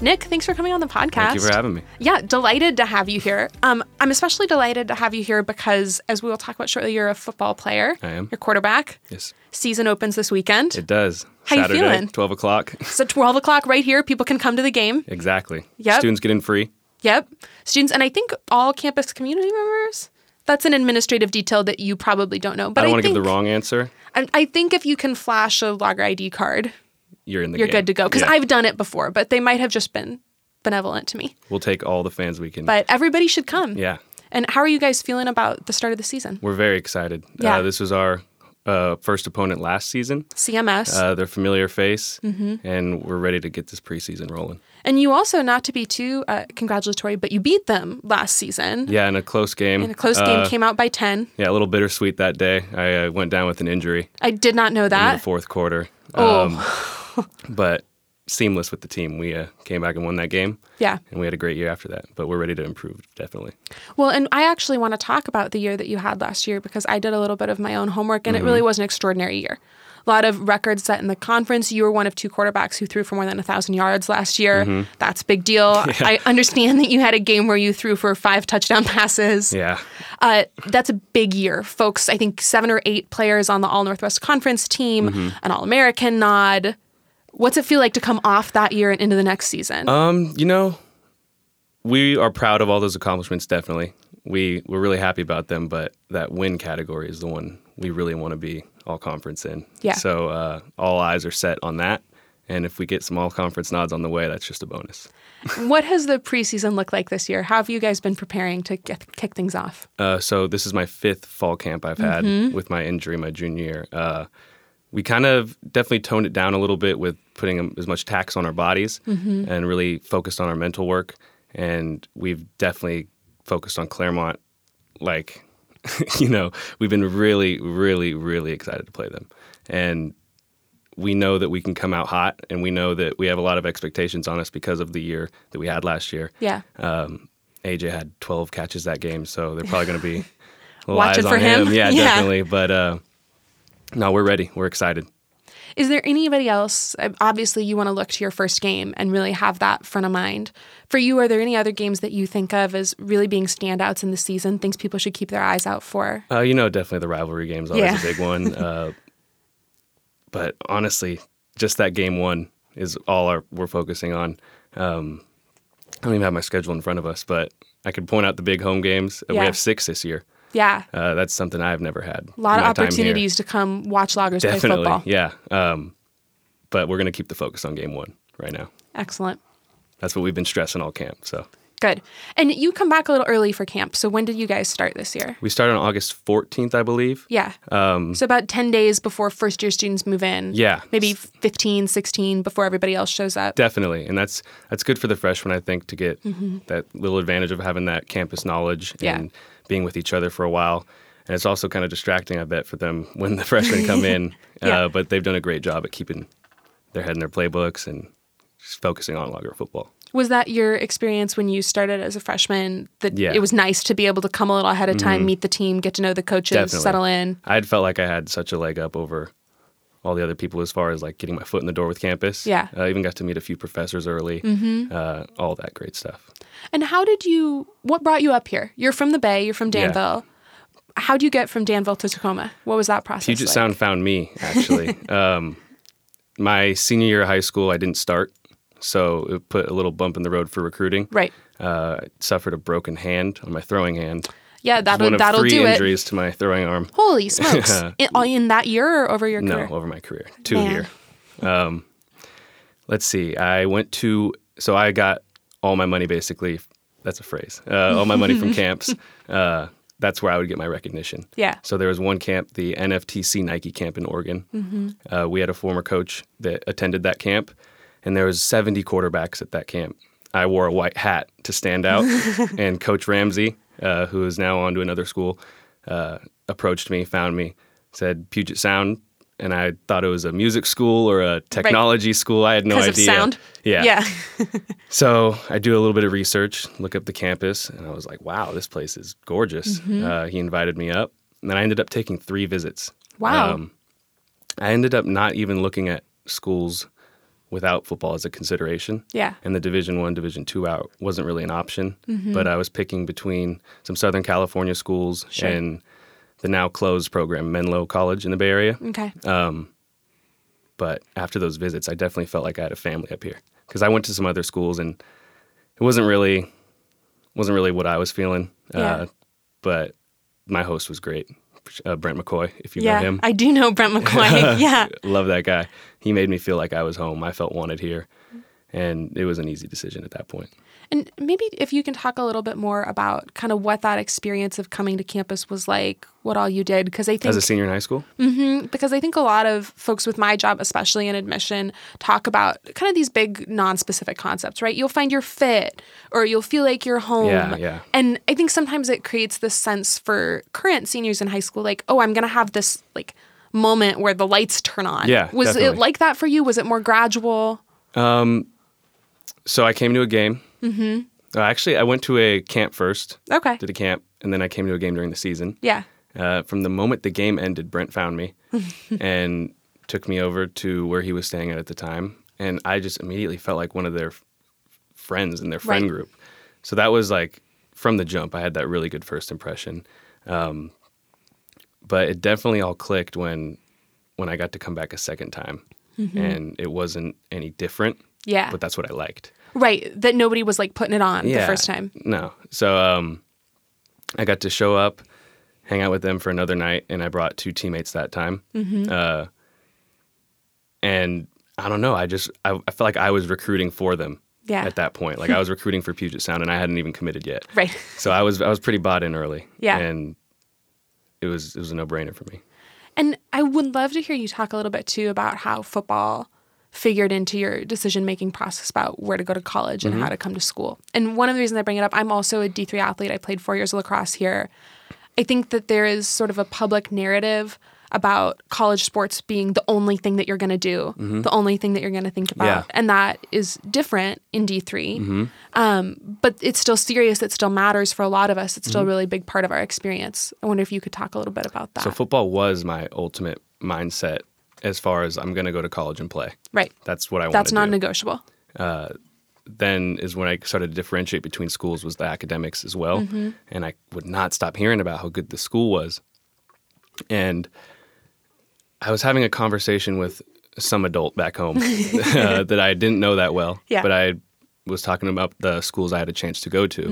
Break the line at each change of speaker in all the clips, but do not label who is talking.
Nick, thanks for coming on the podcast.
Thank you for having me.
Yeah, delighted to have you here. Um, I'm especially delighted to have you here because, as we will talk about shortly, you're a football player.
I am.
Your quarterback.
Yes,
Season opens this weekend.
it does.
How you
Saturday,
feeling?
12 o'clock.
so 12 o'clock right here. People can come to the game.
exactly.
Yep.
Students get in free.
Yep. Students, and I think all campus community members. That's an administrative detail that you probably don't know. But I,
I don't want to
think,
give the wrong answer.
I, I think if you can flash a logger ID card,
You're in the
you're
game.
good to go. Because
Yeah.
I've done it before, but they might have just been benevolent to me.
We'll take all the fans we can.
But everybody should come.
yeah,
And how are you guys feeling about the start of the season?
we're very excited.
Yeah.
Uh, this was our uh, first opponent last season.
CMS.
Uh, their familiar face,
Mm-hmm.
and we're ready to get this preseason rolling.
and you also, not to be too uh, congratulatory, but you beat them last season.
Yeah, in a close game. Uh,
In a close game, came out by 10.
Yeah, a little bittersweet that day. I uh, went down with an injury
I did not know
in the
that.
fourth quarter.
Uh, Oh.
Um, but seamless with the team. We uh, came back and won that game.
Yeah.
And we had a great year after that, but we're ready to improve, definitely.
Well, and I actually want to talk about the year that you had last year because I did a little bit of my own homework and it
Mm-hmm.
really was an extraordinary year. A lot of records set in the conference. You were one of two quarterbacks who threw for more than 1,000 yards last year.
Mm-hmm.
That's a big deal. I understand that you had a game where you threw for five touchdown passes.
Yeah.
Uh, that's a big year, folks. I think seven or eight players on the All Northwest Conference team,
Mm-hmm.
an All American nod. What's it feel like to come off that year and into the next season?
Um, you know, we are proud of all those accomplishments, definitely. We we're really happy about them, but that win category is the one we really want to be all conference in.
Yeah.
So uh, all eyes are set on that. And if we get some all conference nods on the way, that's just a bonus.
what has the preseason looked like this year? How have you guys been preparing to get, kick things off?
Uh, so this is my fifth fall camp I've had with my injury my junior year. Uh, we kind of definitely toned it down a little bit with putting um, as much tax on our bodies and really focused on our mental work. And we've definitely focused on Claremont. Like, you know, we've been really, really, really excited to play them. And we know that we can come out hot and we know that we have a lot of expectations on us because of the year that we had last year.
Yeah.
Um, AJ had 12 catches that game, so they're probably going to be little
Watching
eyes
for
on
him?
Yeah,
Yeah.
definitely. But uh, no, we're ready. We're excited.
Is there anybody else? uh, Obviously, you want to look to your first game and really have that front of mind. For you, are there any other games that you think of as really being standouts in the season, things people should keep their eyes out for?
Uh, you know, definitely the rivalry game's always
Yeah.
a big one. Uh, but honestly, just that game one is all our, we're focusing on. Um, I don't even have my schedule in front of us, but I could point out the big home games. Uh,
Yeah.
We have six this year.
Yeah.
Uh, that's something I've never had.
A lot
in
of
my time here.
opportunities to come watch loggers play
Definitely,
football.
yeah. Um, but we're going to keep the focus on game one right now.
Excellent.
That's what we've been stressing all camp. So
Good. And you come back a little early for camp. So when did you guys start this year?
we started on August 14th, I believe.
Yeah. Um, so about 10 days before first year students move in.
Yeah.
Maybe 15, 16 before everybody else shows up.
Definitely, and that's that's good for the freshmen, I think, to get that little advantage of having that campus knowledge
Mm-hmm. Yeah.
and being with each other for a while. And it's also kind of distracting, I bet, for them when the freshmen come in.
Yeah.
uh, but they've done a great job at keeping their head in their playbooks and just focusing on longer football.
Was that your experience when you started as a freshman that
Yeah. Mm-hmm.
it was nice to be able to come a little ahead of time, meet the team, get to know the coaches,
Definitely.
settle in?
I had felt like I had such a leg up over all the other people as far as like getting my foot in the door with campus. Uh,
Yeah. Mm-hmm.
I even got to meet a few professors early. Uh, all that great stuff.
And how did you, what brought you up here? You're from the Bay, you're from
Yeah.
Danville. How'd you get from Danville to Tacoma? What was that process?
Puget
like?
Sound found me actually. um, my senior year of high school, I didn't start, so it put a little bump in the road for recruiting.
Right.
Uh, I suffered a broken hand on my throwing hand.
Yeah, that'll,
One of
that'll
three
do it.
injuries to my throwing arm.
Holy smokes. in, in that year or over your
No,
career?
over my career. Two
Man.
here. Um, let's see. I went to, so I got all my money basically. That's a phrase. Uh, all my money from camps. Uh, that's where I would get my recognition.
Yeah.
So there was one camp, the NFTC Nike camp in Oregon.
Mm-hmm.
Uh, we had a former coach that attended that camp, and there was 70 quarterbacks at that camp. I wore a white hat to stand out, and Coach Ramsey, uh, who is now on to another school, uh, approached me, found me, said Puget Sound, and I thought it was a music school or a technology school. I had no
Because
idea.
of sound? Yeah.
So I do a little bit of research, look up the campus, and I was like, wow, this place is gorgeous.
Mm-hmm.
Uh, he invited me up, and then I ended up taking three visits. Um,
Wow.
I ended up not even looking at schools without football as a consideration.
Yeah.
And the Division One, Division Two out wasn't really an option,
Mm-hmm.
but I was picking between some Southern California schools and the now closed program, Menlo College in the Bay Area.
Okay.
But after those visits, I definitely felt like I had a family up here because I went to some other schools and it wasn't really wasn't really what I was feeling. Uh,
Yeah.
but my host was great, uh, Brent McCoy. If you
yeah.
know him,
I do know Brent McCoy. yeah.
love that guy. He made me feel like I was home. I felt wanted here, and it was an easy decision at that point.
And maybe if you can talk a little bit more about kind of what that experience of coming to campus was like, what all you did, because I think
As a senior in high school,
because I think a lot of folks with my job, especially in admission, talk about kind of these big non-specific concepts, right? You'll find your fit, or you'll feel like you're home.
Yeah, yeah.
And I think sometimes it creates this sense for current seniors in high school, like, oh, I'm gonna have this like moment where the lights turn on.
Yeah,
was it
definitely.
like that for you? Was it more gradual?
so I came to a game. Mm-hmm. actually, I went to a camp first.
Okay.
Did a camp, and then I came to a game during the season.
Yeah.
Uh, from the moment the game ended, Brent found me and took me over to where he was staying at at the time, and I just immediately felt like one of their f- friends in their friend
Right.
group. So that was like from the jump, I had that really good first impression. Um, but it definitely all clicked when when I got to come back a second time, and it wasn't any different.
Yeah.
But that's what I liked
Right. That nobody was like putting it on the
Yeah.
first time.
no. So um, I got to show up, hang out with them for another night, and I brought two teammates that time.
Mm-hmm.
Uh, and I don't know. I just I, I felt like I was recruiting for them.
Yeah.
At that point, like I was recruiting for Puget Sound, and I hadn't even committed yet.
Right.
So I was I was pretty bought in early.
Yeah.
And it was it was a no brainer for me.
And I would love to hear you talk a little bit too about how football figured into your decision making process about where to go to college and how
Mm-hmm.
to come to school. And one of the reasons I bring it up, I'm also a D3 athlete. I played four years of lacrosse here. I think that there is sort of a public narrative about college sports being the only thing that you're going to do, the only thing that you're going to think about.
Mm-hmm. Yeah. Mm-hmm.
And that is different in D3. Um, but it's still serious. It still matters for a lot of us. It's still a really big part of our experience. I wonder if you could talk a little bit about that.
Mm-hmm. So football was my ultimate mindset as far as I'm going to go to college and play.
right.
That's what I want.
That's
do.
non-negotiable.
then is when I started to differentiate between schools was the academics as well, and I would not stop hearing about how good the school was, and I was having a conversation with some adult back home uh, that I didn't know that well,
Yeah.
but I was talking about the schools I had a chance to go to,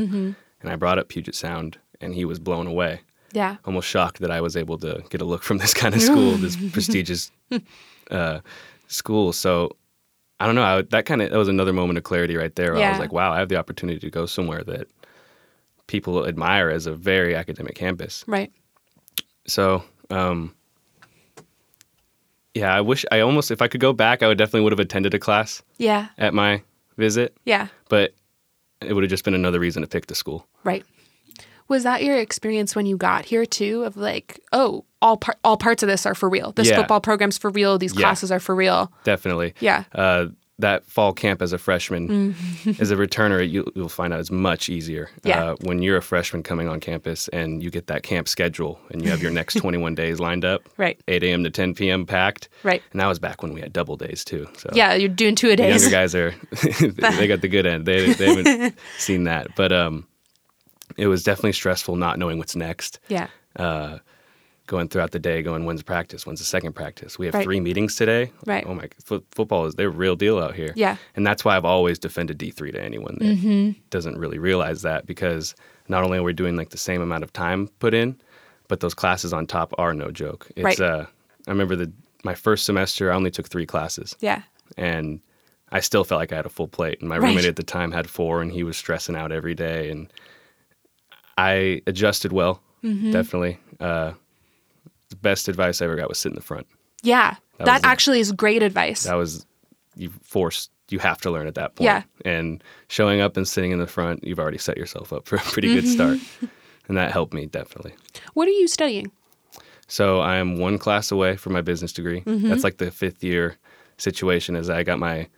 and I brought up Puget Sound, and he was blown away,
Yeah.
almost shocked that I was able to get a look from this kind of school, this prestigious uh, school. So I don't know. I, that kind of that was another moment of clarity right there. Where I
Yeah.
was like, wow, I have the opportunity to go somewhere that people admire as a very academic campus.
Right.
So um, yeah, I wish I almost if I could go back, I would definitely would have attended a class
Yeah.
at my visit,
Yeah.
but it would have just been another reason to pick the school.
Right. Was that your experience when you got here too? Of like, oh, all par- all parts of this are for real. This
Yeah.
football program's for real. These
Yeah.
classes are for real.
Definitely.
Yeah.
uh, that fall camp as a freshman, as a returner, you, you'll find out it's much easier
Mm-hmm. Yeah.
uh, when you're a freshman coming on campus and you get that camp schedule and you have your next 21 days lined up,
Right.
8 a.m. to 10 p.m. packed.
Right.
And that was back when we had double days too. So
Yeah, you're doing two a
the younger
days.
guys are they got the good end. They, they haven't seen that, but um, it was definitely stressful not knowing what's next
Yeah.
going throughout the day, going when's practice, when's the second practice. We have
Right.
three meetings today.
Right.
Oh my, fo- football is their real deal out here.
Yeah. Mm-hmm.
And that's why I've always defended D three to anyone that doesn't really realize that because not only are we doing like the same amount of time put in, but those classes on top are no joke. It's
Right.
uh, I remember the my first semester I only took three classes
Yeah.
and I still felt like I had a full plate. And my
Right.
roommate at the time had four, and he was stressing out every day. And I adjusted well,
Mm-hmm.
definitely. Uh, the best advice I ever got was sit in the front.
Yeah. That,
That was the-
actually is great advice.
That was you forced. You have to learn at that point.
Yeah.
And showing up and sitting in the front, you've already set yourself up for a pretty good start. and that helped me definitely.
what are you studying?
So I am one class away from my business degree. That's like the fifth year situation. Is I got my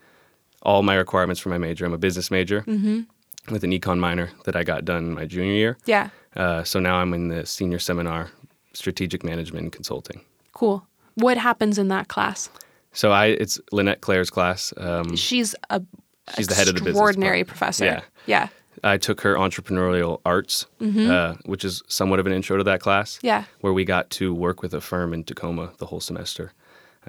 all my requirements for my major. I'm a business major with an econ minor that I got done my junior year.
Yeah.
Uh, so now I'm in the senior seminar, strategic management and consulting.
Cool. What happens in that class?
So I it's Lynette Claire's class. Um,
She's a
She's the head of the business part.
extraordinary professor.
Yeah.
yeah,
I took her entrepreneurial arts, uh, which is somewhat of an intro to that class.
Yeah.
Where we got to work with a firm in Tacoma the whole semester.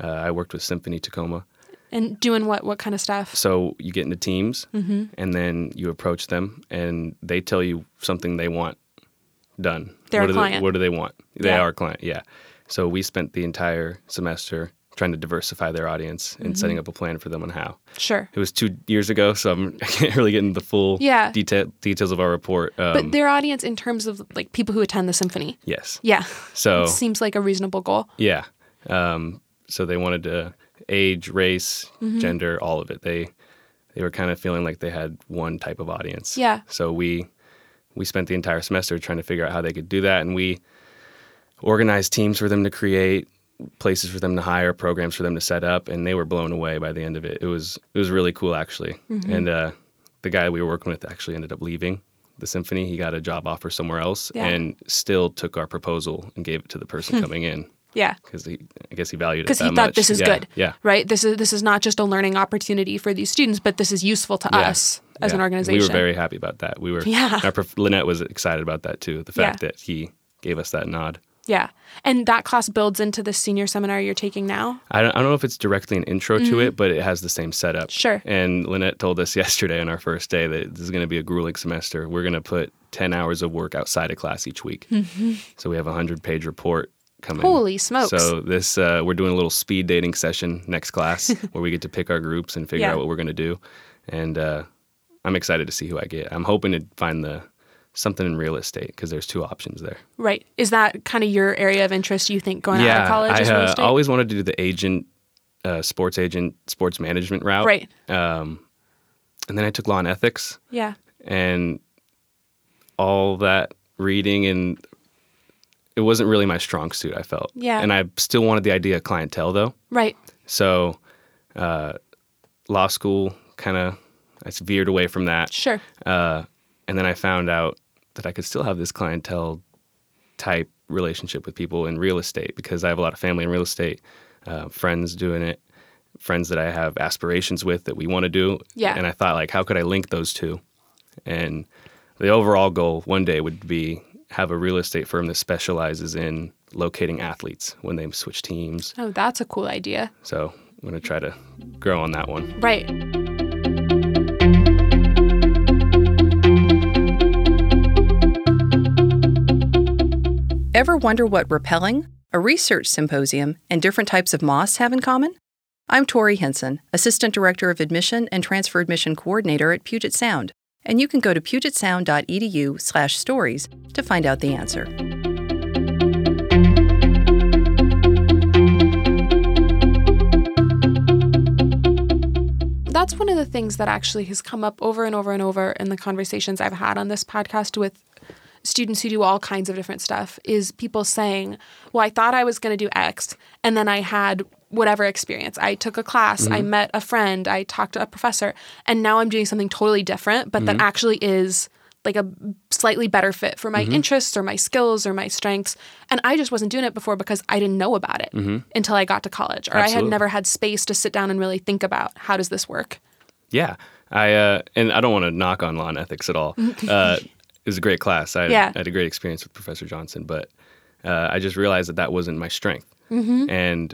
Uh, I worked with Symphony Tacoma.
and doing what what kind of stuff?
So you get into teams
Mm-hmm.
and then you approach them and they tell you something they want done.
They're
what
a
do
client.
They, what do they want? They
Yeah.
are a client, yeah. So we spent the entire semester trying to diversify their audience
Mm-hmm.
and setting up a plan for them on how.
sure,
It was two years ago, so I'm, I can't really get into the full
Yeah.
detail, details of our report. Um,
but their audience in terms of like people who attend the symphony.
yes.
Yeah,
So
seems like a reasonable goal.
Yeah. Um, so they wanted to age, race,
Mm-hmm.
gender, all of it. They they were kind of feeling like they had one type of audience.
Yeah.
So we we spent the entire semester trying to figure out how they could do that, and we organized teams for them to create places for them to hire programs for them to set up and they were blown away by the end of it it was it was really cool actually
Mm-hmm.
and uh, the guy we were working with actually ended up leaving the symphony he got a job offer somewhere else
Yeah.
and still took our proposal and gave it to the person coming in
Yeah,
because he, I guess he valued it.
because
Because
he thought this is
yeah,
good.
Yeah.
right. This is this is not just a learning opportunity for these students, but this is useful to
yeah,
us as
yeah.
an organization.
we were very happy about that. We were.
Yeah.
Our prof- Lynette was excited about that too. The fact
Yeah.
that he gave us that nod.
yeah, and that class builds into the senior seminar you're taking now.
I don't, I don't know if it's directly an intro to it, but it has the same setup.
Mm-hmm. Sure.
And Lynette told us yesterday on our first day that this is going to be a grueling semester. We're going to put 10 hours of work outside of class each week. So we have a 100 page report coming.
Mm-hmm. Holy smokes.
So this uh, we're doing a little speed dating session next class where we get to pick our groups and figure
Yeah.
out what we're going to do. And uh, I'm excited to see who I get. I'm hoping to find the something in real estate because there's two options there.
Right. Is that kind of your area of interest? You think going out
yeah,
of college
I
is real
uh,
estate?
always wanted to do the agent, uh, sports agent, sports management route.
right.
And then I took law and ethics,
Yeah.
and all that reading and it wasn't really my strong suit. I felt.
Yeah.
And I still wanted the idea of clientele though.
Right.
So, uh, law school kind of I s- veered away from that,
Sure.
and then I found out that I could still have this clientele type relationship with people in real estate because I have a lot of family in real estate, uh, friends doing it, friends that I have aspirations with that we want to do.
Yeah.
And I thought like, how could I link those two? And the overall goal one day would be have a real estate firm that specializes in locating athletes when they switch teams.
Oh, that's a cool idea.
So I'm going to try to grow on that one.
Right.
Ever wonder what rappelling, a research symposium, and different types of moss have in common? I'm Tori Henson, Assistant Director of Admission and Transfer Admission Coordinator at Puget Sound, and you can go to pugetsound.edu/stories to find out the answer.
That's one of the things that actually has come up over and over and over in the conversations I've had on this podcast with students who do all kinds of different stuff is people saying, Well, I thought I was going to do X, and then I had whatever experience. I took a class, I met a friend, I talked to a professor, and now I'm doing something totally different, but that actually is like a slightly better fit for my interests or my skills or my strengths. And I just wasn't doing it before because I didn't know about it until I got to college or I had
Absolutely.
never had space to sit down and really think about how does this work?
Yeah. I uh, and I don't want to knock on law and ethics at all. Uh, it was a great class. I,
Yeah.
I had a great experience with Professor Johnson, but uh, I just realized that that wasn't my strength.
Mm-hmm.
And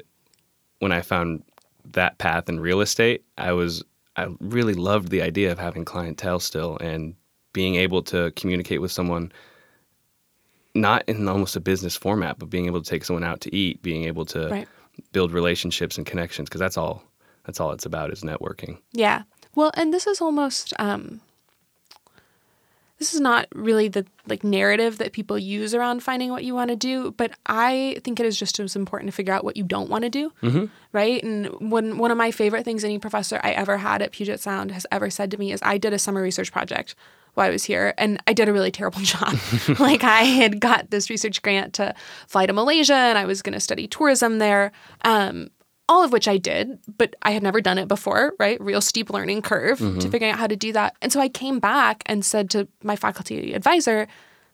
when I found that path in real estate, I was I really loved the idea of having clientele still and being able to communicate with someone not in almost a business format, but being able to take someone out to eat, being able to
Right.
build relationships and connections because that's all that's all it's about is networking.
Yeah. Well, and this is almost um this is not really the like narrative that people use around finding what you want to do, but I think it is just as important to figure out what you don't want to do, right? And one one of my favorite things any professor I ever had at Puget Sound has ever said to me is, I did a summer research project while I was here, and I did a really terrible job. like I had got this research grant to fly to Malaysia, and I was going to study tourism there. Um, all of which I did, but I had never done it before, right? Real steep learning curve to figuring out how to do that. And so I came back and said to my faculty advisor,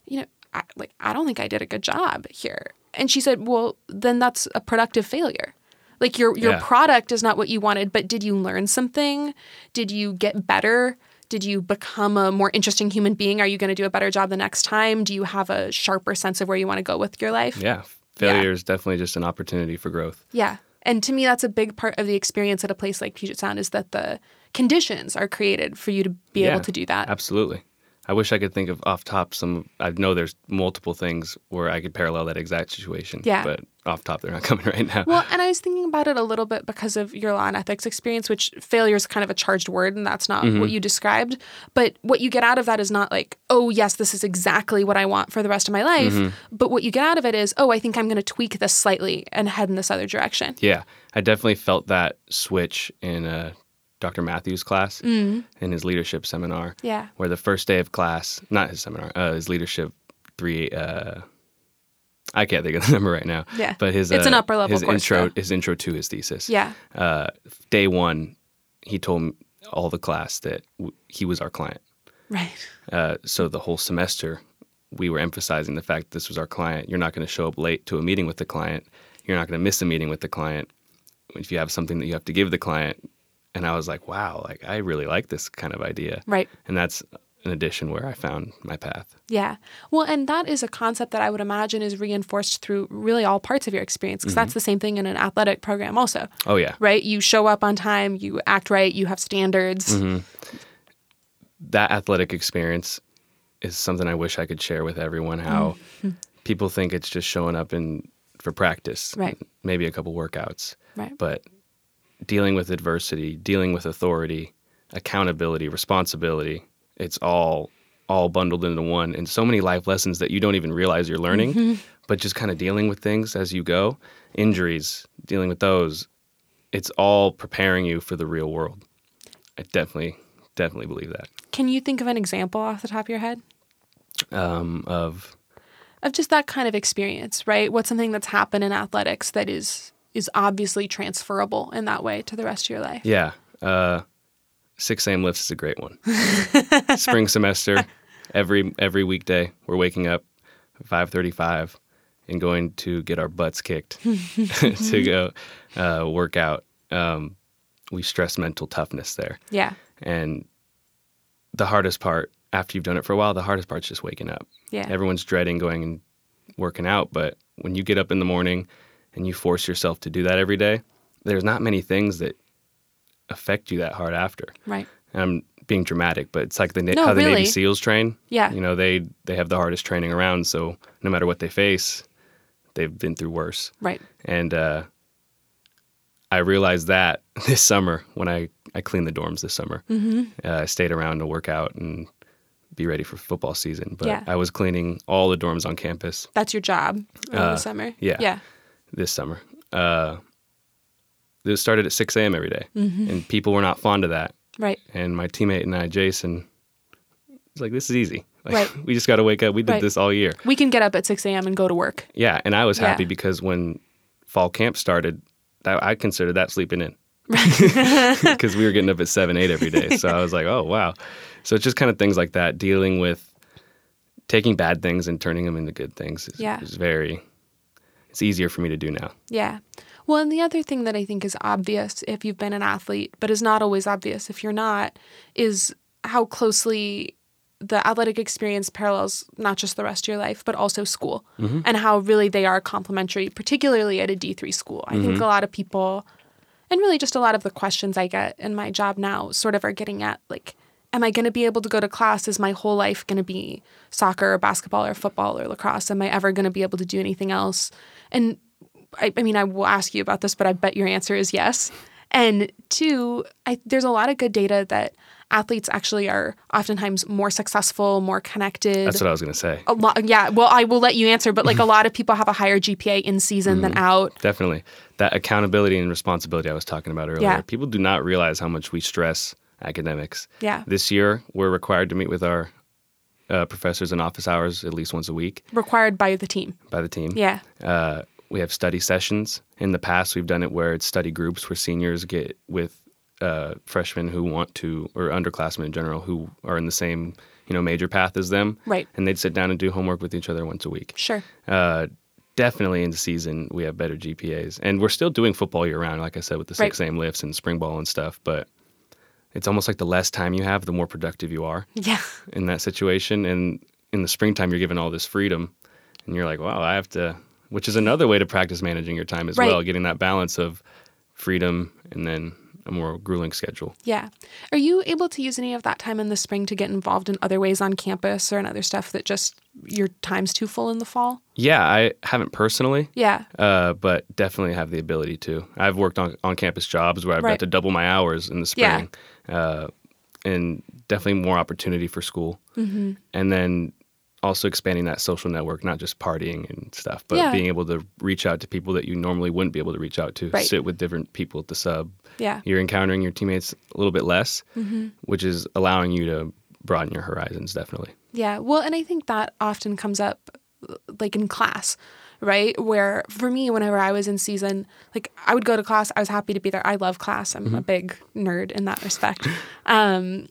you know, I, like I don't think I did a good job here. And she said, "Well, then that's a productive failure." Like your your
Yeah.
product is not what you wanted, but did you learn something? Did you get better? Did you become a more interesting human being? Are you going to do a better job the next time? Do you have a sharper sense of where you want to go with your life?
Yeah. Failure is definitely just an opportunity for growth.
Yeah. And to me, that's a big part of the experience at a place like Puget Sound is that the conditions are created for you to be
Yeah,
able to do that.
Absolutely. I wish I could think of off top some. I know there's multiple things where I could parallel that exact situation.
Yeah.
But off top, they're not coming right now.
Well, and I was thinking about it a little bit because of your law and ethics experience, which failure is kind of a charged word, and that's not
Mm-hmm.
what you described. But what you get out of that is not like, oh, yes, this is exactly what I want for the rest of my life.
Mm-hmm.
But what you get out of it is, oh, I think I'm going to tweak this slightly and head in this other direction.
Yeah, I definitely felt that switch in uh, Dr. Matthews' class
Mm.
in his leadership seminar.
Mm-hmm. Yeah.
where the first day of class, not his seminar, uh, his leadership three. Uh, I can't think of the number right now.
Yeah.
but his
It's an
uh,
upper level
his
course,
intro
though.
his intro to his thesis.
Yeah.
uh, day one, he told m- all the class that w- he was our client.
Right.
Uh, so the whole semester, we were emphasizing the fact this was our client. You're not going to show up late to a meeting with the client. You're not going to miss a meeting with the client. If you have something that you have to give the client, and I was like, wow, like I really like this kind of idea.
Right.
And that's an addition where I found my path.
Yeah. Well, and that is a concept that I would imagine is reinforced through really all parts of your experience because that's the same thing in an athletic program, also.
Oh yeah,
Right? You show up on time, you act right, you have standards.
that athletic experience is something I wish I could share with everyone. How people think it's just showing up and for practice,
Right.
Maybe a couple workouts,
Right.
but dealing with adversity, dealing with authority, accountability, responsibility, it's all all bundled into one and so many life lessons that you don't even realize you're learning, but just kind of dealing with things as you go, injuries, dealing with those, it's all preparing you for the real world. I definitely definitely believe that.
Can you think of an example off the top of your head
Um of
of just that kind of experience, right? What's something that's happened in athletics that is is obviously transferable in that way to the rest of your life?
yeah, uh 6 a.m. lifts is a great one. Spring semester, every every weekday, we're waking up 5:35 and going to get our butts kicked to go uh, work out. Um, we stress mental toughness there,
Yeah.
and the hardest part after you've done it for a while, the hardest part's just waking up.
Yeah.
Everyone's dreading going and working out, but when you get up in the morning and you force yourself to do that every day, there's not many things that affect you that hard after.
right.
And I'm being dramatic, but it's like the na-
No,
how the
really.
Navy SEALs train.
Yeah.
you know they they have the hardest training around, so no matter what they face, they've been through worse.
Right.
And uh, I realized that this summer when I, I cleaned the dorms this summer. Mm-hmm. Uh, I stayed around to work out and be ready for football season. But
Yeah.
I was cleaning all the dorms on campus
That's your job over the
Uh,
summer.
yeah.
Yeah.
this summer. Uh, it started at 6 a.m. every day,
Mm-hmm.
And people were not fond of that.
Right.
And my teammate and I, Jason, was like, this is easy. Like,
Right.
We just got to wake up. We did
Right.
this all year.
We can get up at six AM and go to work.
Yeah, and I was
Yeah.
happy because when fall camp started, that, I considered that sleeping in because we were getting up at seven, eight every day. So I was like, oh wow. So it's just kind of things like that, dealing with taking bad things and turning them into good things. Is,
Yeah.
is very. It's easier for me to do now.
Yeah. Well, and the other thing that I think is obvious if you've been an athlete, but is not always obvious if you're not, is how closely the athletic experience parallels not just the rest of your life, but also school, and how really they are complementary, particularly at a D3 school. I think a lot of people, and really just a lot of the questions I get in my job now, sort of are getting at like, am I going to be able to go to class? Is my whole life going to be soccer or basketball or football or lacrosse? Am I ever going to be able to do anything else? And I, I mean, I will ask you about this, but I bet your answer is yes. And two, I, there's a lot of good data that athletes actually are oftentimes more successful, more connected.
That's what I was gonna say.
a lot, yeah. Well, I will let you answer, but like a lot of people have a higher GPA in season
Mm.
than out.
Definitely that accountability and responsibility I was talking about earlier.
Yeah.
People do not realize how much we stress academics.
Yeah.
This year, we're required to meet with our uh, professors in office hours at least once a week.
Required by the team.
by the team.
Yeah.
Uh, we have study sessions. In the past, we've done it where it's study groups where seniors get with uh, freshmen who want to, or underclassmen in general, who are in the same you know major path as them.
Right.
And they'd sit down and do homework with each other once a week.
Sure.
Uh, definitely in season we have better GPAs, and we're still doing football year round, like I said, with the
Right.
six aim lifts and spring ball and stuff. But it's almost like the less time you have, the more productive you are
Yeah.
in that situation. And in the springtime, you're given all this freedom, and you're like, wow, I have to, which is another way to practice managing your time as
Right.
well, getting that balance of freedom and then a more grueling schedule.
Yeah. Are you able to use any of that time in the spring to get involved in other ways on campus or in other stuff that just your time's too full in the fall?
Yeah, I haven't personally.
Yeah.
Uh, but definitely have the ability to. I've worked on on campus jobs where I've
Right.
got to double my hours in the spring, uh, and definitely more opportunity for school. Mm-hmm. And then also expanding that social network, not just partying and stuff, but
Yeah.
being able to reach out to people that you normally wouldn't be able to reach out to.
Right.
Sit with different people at the sub.
Yeah.
You're encountering your teammates a little bit less,
Mm-hmm.
which is allowing you to broaden your horizons. Definitely.
Yeah. Well, and I think that often comes up l- like in class, right? Where for me, whenever I was in season, like I would go to class, I was happy to be there. I love class. I'm a big nerd in that respect. Um,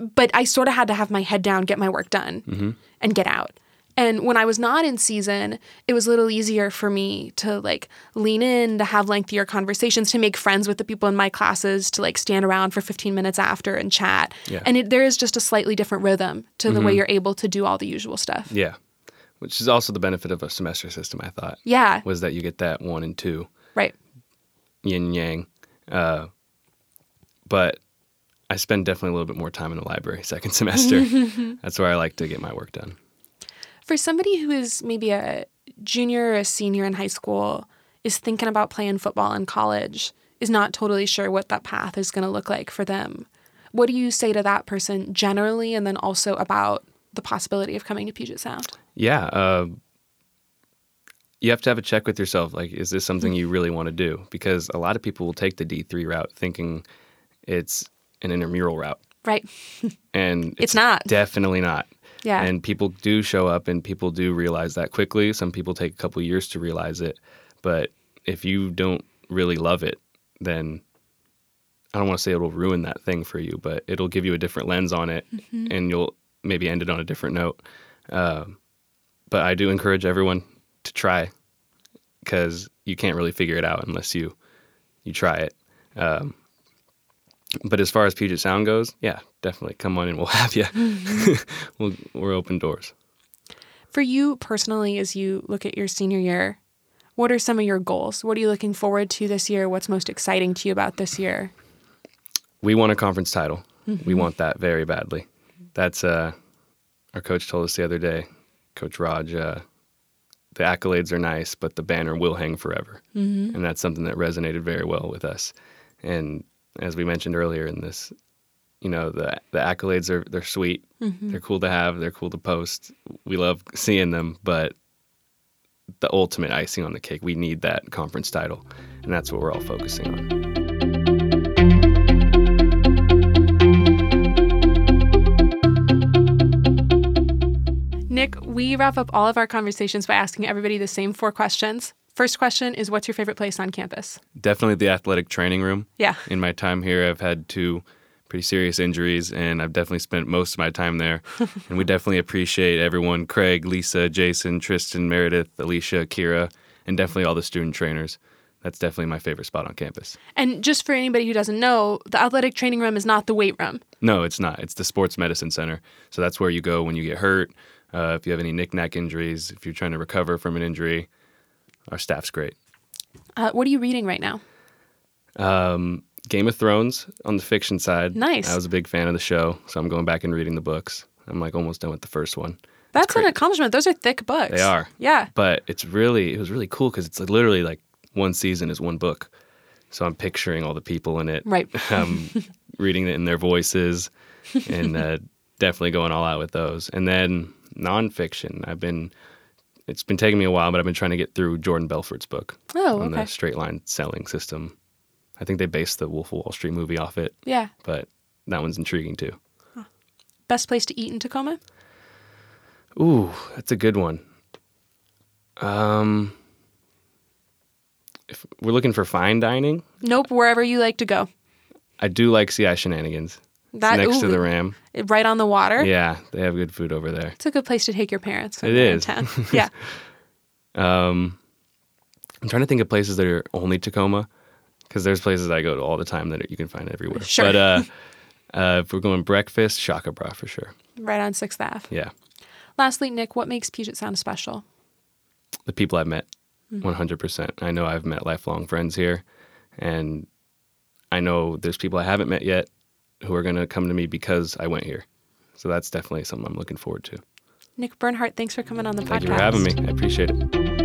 but I sort of had to have my head down, get my work done, and get out. And when I was not in season, it was a little easier for me to like lean in, to have lengthier conversations, to make friends with the people in my classes, to like stand around for 15 minutes after and chat.
Yeah.
And it, there is just a slightly different rhythm to the way you're able to do all the usual stuff.
Mm-hmm. Yeah. Which is also the benefit of a semester system. I thought
Yeah.
was that you get that one and two.
Right.
yin and yang. Uh, but I spend definitely a little bit more time in the library second semester. That's where I like to get my work done.
For somebody who is maybe a junior or a senior in high school, is thinking about playing football in college, is not totally sure what that path is going to look like for them. What do you say to that person generally, and then also about the possibility of coming to Puget Sound?
Yeah. Uh, you have to have a check with yourself. Like, is this something you really want to do? Because a lot of people will take the D3 route thinking it's an intramural route.
Right.
And it's,
not.
Definitely not.
Yeah.
And people do show up and people do realize that quickly. Some people take a couple years to realize it. But if you don't really love it, then I don't want to say it'll ruin that thing for you, but it'll give you a different lens on it and you'll maybe end it on a different note. Um but I do encourage everyone to try because you can't really figure it out unless you you try it. Um, But as far as Puget Sound goes, yeah, definitely come on in. We'll have you. we'll, we're open doors.
For you personally, as you look at your senior year, what are some of your goals? What are you looking forward to this year? What's most exciting to you about this year?
We want a conference title. We want that very badly. That's uh, our coach told us the other day, Coach Raj. Uh, the accolades are nice, but the banner will hang forever, mm-hmm. and that's something that resonated very well with us. And as we mentioned earlier in this, you know, the the accolades are they're sweet,
Mm-hmm.
they're cool to have, they're cool to post. We love seeing them, but the ultimate icing on the cake, we need that conference title, and that's what we're all focusing on.
Nick, we wrap up all of our conversations by asking everybody the same four questions. First question is What's your favorite place on campus?
definitely the athletic training room.
Yeah.
In my time here, I've had two pretty serious injuries, and I've definitely spent most of my time there. and we definitely appreciate everyone Craig, Lisa, Jason, Tristan, Meredith, Alicia, Kira, and definitely all the student trainers. That's definitely my favorite spot on campus.
And just for anybody who doesn't know, the athletic training room is not the weight room.
No, it's not. It's the sports medicine center. So that's where you go when you get hurt, uh, if you have any knick-knack injuries, if you're trying to recover from an injury. Our staff's great.
Uh, what are you reading right now?
Game of Thrones on the fiction side.
Nice.
I was a big fan of the show, so I'm going back and reading the books. I'm like almost done with the first one,
That's an accomplishment. Those are thick books.
They are.
Yeah.
but it's really it was really cool because it's like literally like one season is one book, so I'm picturing all the people in it.
Right.
I'm reading it in their voices, and uh, definitely going all out with those. And then nonfiction. I've been it's been taking me a while, but I've been trying to get through Jordan Belfort's book
Oh,
on
okay.
the straight line selling system. I think they based the Wolf of Wall Street movie off it,
Yeah.
but that one's intriguing too.
Best place to eat in Tacoma?
Ooh, that's a good one. Um, if we're looking for fine dining,
Nope. Wherever you like to go.
I do like CI Shenanigans. It's
That-
next to
ooh.
the Ram.
Right on the water.
Yeah, they have good food over there.
It's a good place to take your parents. When
It
they're in
is.
town. yeah.
Um, I'm trying to think of places that are only Tacoma because there's places I go to all the time that you can find everywhere.
Sure.
But uh, uh, if we're going breakfast, Shaka Bra for sure.
right on Sixth Ave.
Yeah.
Lastly, Nick, what makes Puget Sound special?
the people I've met, 100%. I know I've met lifelong friends here, and I know there's people I haven't met yet who are going to come to me because I went here. So that's definitely something I'm looking forward to.
Nick Bernhardt, thanks for coming on the podcast.
Thank you for having me. I appreciate it.